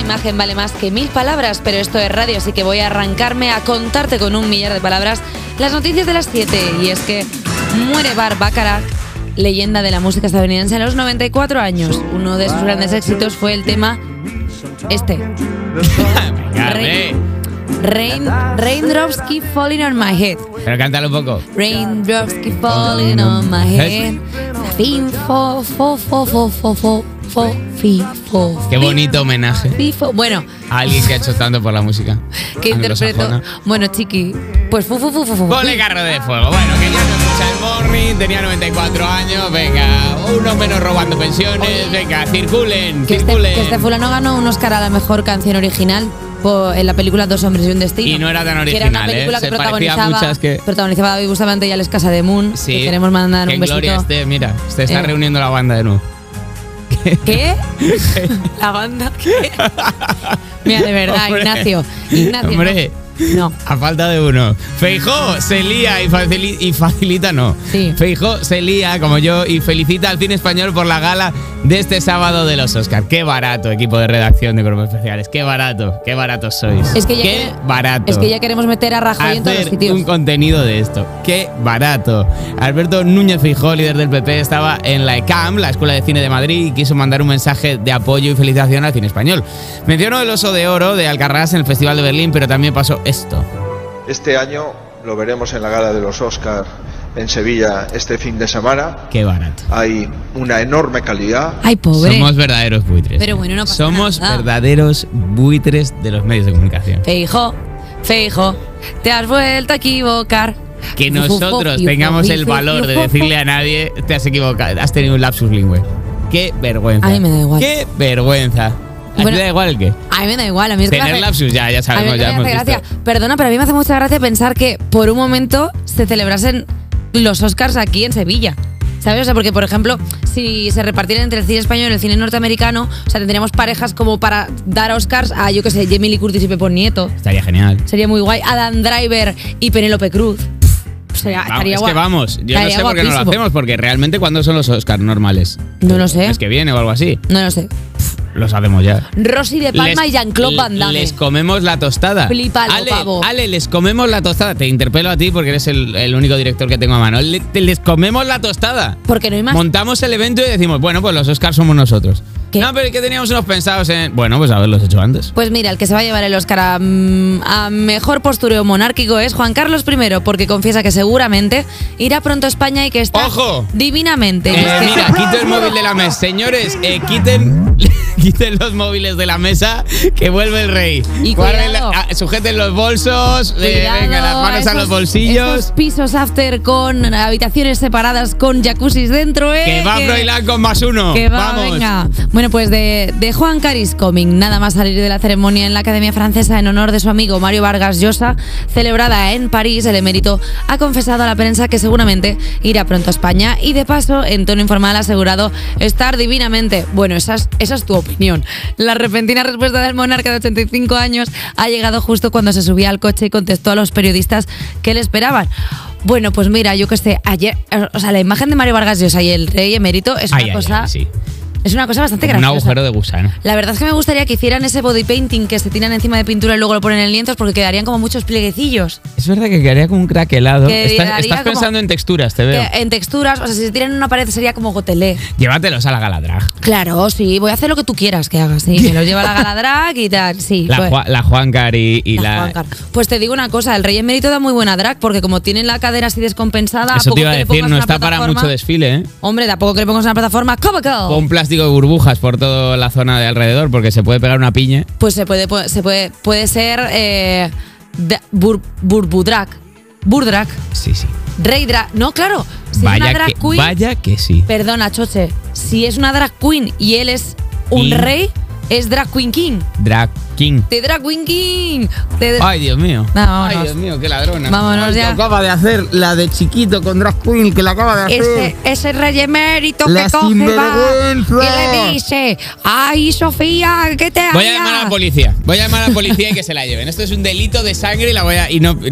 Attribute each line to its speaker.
Speaker 1: imagen vale más que mil palabras, pero esto es radio, así que voy a arrancarme a contarte con un millar de palabras las noticias de las 7. Y es que muere Bar Bacharach, leyenda de la música estadounidense a los 94 años. Uno de sus grandes éxitos fue el tema este.
Speaker 2: Carmen,
Speaker 1: Rain, raindrops keep falling on my head.
Speaker 2: pero cántalo un poco.
Speaker 1: Raindrops keep falling on my
Speaker 2: ¿Eh?
Speaker 1: head. Fin, fo, fo, fo, fo, fo, fo, fo, fi, fo.
Speaker 2: Qué bonito homenaje
Speaker 1: fi, fo. Bueno,
Speaker 2: a alguien que ha hecho tanto por la música.
Speaker 1: que interpreto.
Speaker 2: anglosajona.
Speaker 1: Bueno, chiqui, pues fu, fu, fu, fu, fu.
Speaker 2: Ponle carro de fuego. Bueno, quería escuchar el Morning, tenía 94 años. Venga, unos menos robando pensiones. Venga, circulen,
Speaker 1: Que este,
Speaker 2: circulen.
Speaker 1: que este fulano ganó un Oscar a la mejor canción original po- en la película Dos hombres y un destino.
Speaker 2: Y no era tan
Speaker 1: Que era una
Speaker 2: original, ¿eh?
Speaker 1: película
Speaker 2: Se
Speaker 1: que
Speaker 2: parecía a
Speaker 1: protagonizaba,
Speaker 2: muchas que-
Speaker 1: protagonizaba David Bustamante y Alex Casa de Moon.
Speaker 2: Sí.
Speaker 1: Que queremos mandar
Speaker 2: Qué
Speaker 1: un besito.
Speaker 2: gloria este, mira. Se está
Speaker 1: Eh.
Speaker 2: reuniendo la banda de nuevo.
Speaker 1: ¿Qué? ¿La banda qué? Mira, de verdad,
Speaker 2: Hombre.
Speaker 1: Ignacio. Ignacio. no.
Speaker 2: Hombre.
Speaker 1: No.
Speaker 2: A falta de uno. Feijó se lía y, facili- y facilita, no.
Speaker 1: Sí.
Speaker 2: Feijó se lía, como yo, y felicita al cine español por la gala de este sábado de los Oscars. Qué barato, equipo de redacción de grupos especiales. Qué barato, qué baratos sois.
Speaker 1: Es que ya
Speaker 2: qué
Speaker 1: que-
Speaker 2: barato.
Speaker 1: Es que ya queremos meter a Rajoy en todos los
Speaker 2: Hacer
Speaker 1: sitios.
Speaker 2: un contenido de esto. ¡Qué barato! Alberto Núñez Fijó, líder del PP, estaba en la E ECAM, la Escuela de Cine de Madrid, y quiso mandar un mensaje de apoyo y felicitación al cine español. Mencionó el oso de oro de Alcarrás en el Festival de Berlín, pero también pasó esto.
Speaker 3: Este año lo veremos en la gala de los Oscar en Sevilla este fin de semana.
Speaker 2: Qué barato.
Speaker 3: Hay una enorme calidad.
Speaker 1: Ay, pobre.
Speaker 2: Somos verdaderos buitres.
Speaker 1: Pero bueno, no pasa
Speaker 2: Somos
Speaker 1: nada.
Speaker 2: verdaderos buitres de los medios de comunicación.
Speaker 1: Feijo, feijo, te has vuelto a equivocar.
Speaker 2: Que nosotros tengamos el valor de decirle a nadie, te has equivocado, has tenido un lapsus lingüe. Qué vergüenza.
Speaker 1: A mí me da igual.
Speaker 2: Qué vergüenza. ¿A ti
Speaker 1: Bueno,
Speaker 2: te da igual el qué?
Speaker 1: A mí me da igual, a mí es que me
Speaker 2: Tener
Speaker 1: hace-
Speaker 2: lapsus, ya, ya
Speaker 1: a mí
Speaker 2: sabemos,
Speaker 1: me
Speaker 2: ya
Speaker 1: hace
Speaker 2: hemos
Speaker 1: gracia.
Speaker 2: visto.
Speaker 1: Perdona, pero a mí me hace mucha gracia pensar que por un momento se celebrasen los Oscars aquí en Sevilla. ¿Sabes? O sea, porque, por ejemplo, si se repartieran entre el cine español y el cine norteamericano, o sea, tendríamos parejas como para dar Oscars a, yo qué sé, Jamie Lee Curtis y Pepón Nieto.
Speaker 2: Estaría genial.
Speaker 1: Sería muy guay. Adam Driver y Penélope Cruz. O sea,
Speaker 2: Vamos,
Speaker 1: Ah, estaría
Speaker 2: es
Speaker 1: guay.
Speaker 2: que vamos, yo no
Speaker 1: Estaría
Speaker 2: sé por qué no lo
Speaker 1: guapísimo.
Speaker 2: hacemos, porque realmente ¿cuándo son los Oscars normales?
Speaker 1: No lo sé.
Speaker 2: Es que viene o algo así.
Speaker 1: No lo sé.
Speaker 2: Los hacemos ya.
Speaker 1: Rosy de Este Palma y Jean-Claude Van Damme.
Speaker 2: Les comemos la tostada.
Speaker 1: Flipalo,
Speaker 2: Ale,
Speaker 1: pavo.
Speaker 2: Ale, les comemos la tostada. Te interpelo a ti porque eres el, el único director que tengo a mano. Le- te- les comemos la tostada.
Speaker 1: Porque no hay más.
Speaker 2: Montamos el evento y decimos, bueno, pues los Oscars somos nosotros.
Speaker 1: ¿Qué?
Speaker 2: No, pero es que teníamos unos pensados en. Bueno, pues haberlos hecho antes.
Speaker 1: Pues mira, el que se va a llevar el Oscar a, mm, a mejor postureo monárquico es Juan Carlos I, porque confiesa que seguramente irá pronto a España y que está
Speaker 2: ¡Ojo!
Speaker 1: divinamente. este
Speaker 2: Eh,
Speaker 1: Es que-
Speaker 2: mira, quiten el móvil de la mesa. Señores, eh, quiten, quiten los móviles de la mesa que vuelve el rey.
Speaker 1: Y
Speaker 2: Guarden la-
Speaker 1: cuidado.
Speaker 2: ah, sujeten los bolsos, eh,
Speaker 1: Cuidado,
Speaker 2: venga, las manos a
Speaker 1: esos-
Speaker 2: los bolsillos.
Speaker 1: esos pisos after con habitaciones separadas con jacuzzis dentro, ¿eh?
Speaker 2: Que va Froilán con más uno.
Speaker 1: Que va,
Speaker 2: Vamos.
Speaker 1: venga. Bueno, pues de, de Juan Caris Coming, nada más salir de la ceremonia en la Academia Francesa en honor de su amigo Mario Vargas Llosa, celebrada en París, el emérito ha confesado a la prensa que seguramente irá pronto a España y de paso, en tono informal, ha asegurado estar divinamente. Bueno, esa es, esa es tu opinión. La repentina respuesta del monarca de 85 años ha llegado justo cuando se subía al coche y contestó a los periodistas que le esperaban. Bueno, pues mira, yo que sé, ayer, o sea, la imagen de Mario Vargas Llosa y el rey emérito es
Speaker 2: Ay,
Speaker 1: una
Speaker 2: ay,
Speaker 1: cosa
Speaker 2: ay, sí.
Speaker 1: es una cosa bastante
Speaker 2: Un
Speaker 1: graciosa.
Speaker 2: agujero de gusano.
Speaker 1: La verdad es que me gustaría que hicieran ese body painting que se tiran encima de pintura y luego lo ponen en lienzos porque quedarían como muchos plieguecillos.
Speaker 2: Es verdad que quedaría como un craquelado.
Speaker 1: Que
Speaker 2: Estás,
Speaker 1: daría
Speaker 2: estás
Speaker 1: como-
Speaker 2: pensando en texturas, te veo.
Speaker 1: Que eh, en texturas, o sea, si se tiran en una pared sería como gotelé.
Speaker 2: Llévatelos a la galadrag.
Speaker 1: Claro, sí, voy a hacer lo que tú quieras que hagas, sí. Me lo lleva la galadrag y tal, sí.
Speaker 2: La,
Speaker 1: pues,
Speaker 2: Ju- la Juancar y, y
Speaker 1: la
Speaker 2: la.
Speaker 1: Juancar. Pues te digo una cosa, el rey emérito da muy buena drag porque como tienen la cadera así descompensada, a
Speaker 2: Eso
Speaker 1: poco
Speaker 2: te iba a
Speaker 1: que le
Speaker 2: decir,
Speaker 1: pongas
Speaker 2: no
Speaker 1: una
Speaker 2: está para
Speaker 1: plataforma- Oh.
Speaker 2: mucho desfile, ¿eh?
Speaker 1: Hombre, tampoco que le pongas una plataforma comical.
Speaker 2: Pon plástico de burbujas por toda la zona de alrededor porque se puede pegar una piña.
Speaker 1: Pues se puede, pu- se puede, puede ser eh, de- bur, burbudrag, burdrag.
Speaker 2: Sí, sí.
Speaker 1: Rey drag. No, claro. Si es una
Speaker 2: vaya,
Speaker 1: drag
Speaker 2: que,
Speaker 1: queen.
Speaker 2: vaya que sí.
Speaker 1: Perdona, Choche. Si es una drag queen y él es un
Speaker 2: King.
Speaker 1: rey, es drag queen king.
Speaker 2: Drag King.
Speaker 1: Te drag queen king. Te dra-
Speaker 2: Ay, Dios mío.
Speaker 1: No, vámonos.
Speaker 2: Ay, Dios mío, qué ladrona.
Speaker 1: Vámonos
Speaker 2: Ay, que
Speaker 1: ya.
Speaker 2: Acaba de hacer la de chiquito con Drag Queen, que la acaba de hacer.
Speaker 1: ese, ese rey emérito
Speaker 2: La
Speaker 1: que coge va
Speaker 2: sinvergüenza.
Speaker 1: y le dice, ay Sofía, ¿qué te
Speaker 2: Voy a
Speaker 1: haría?".
Speaker 2: llamar a la policía. Voy a llamar a la policía y que se la lleven. Esto es un delito de sangre y la voy a. Y no, no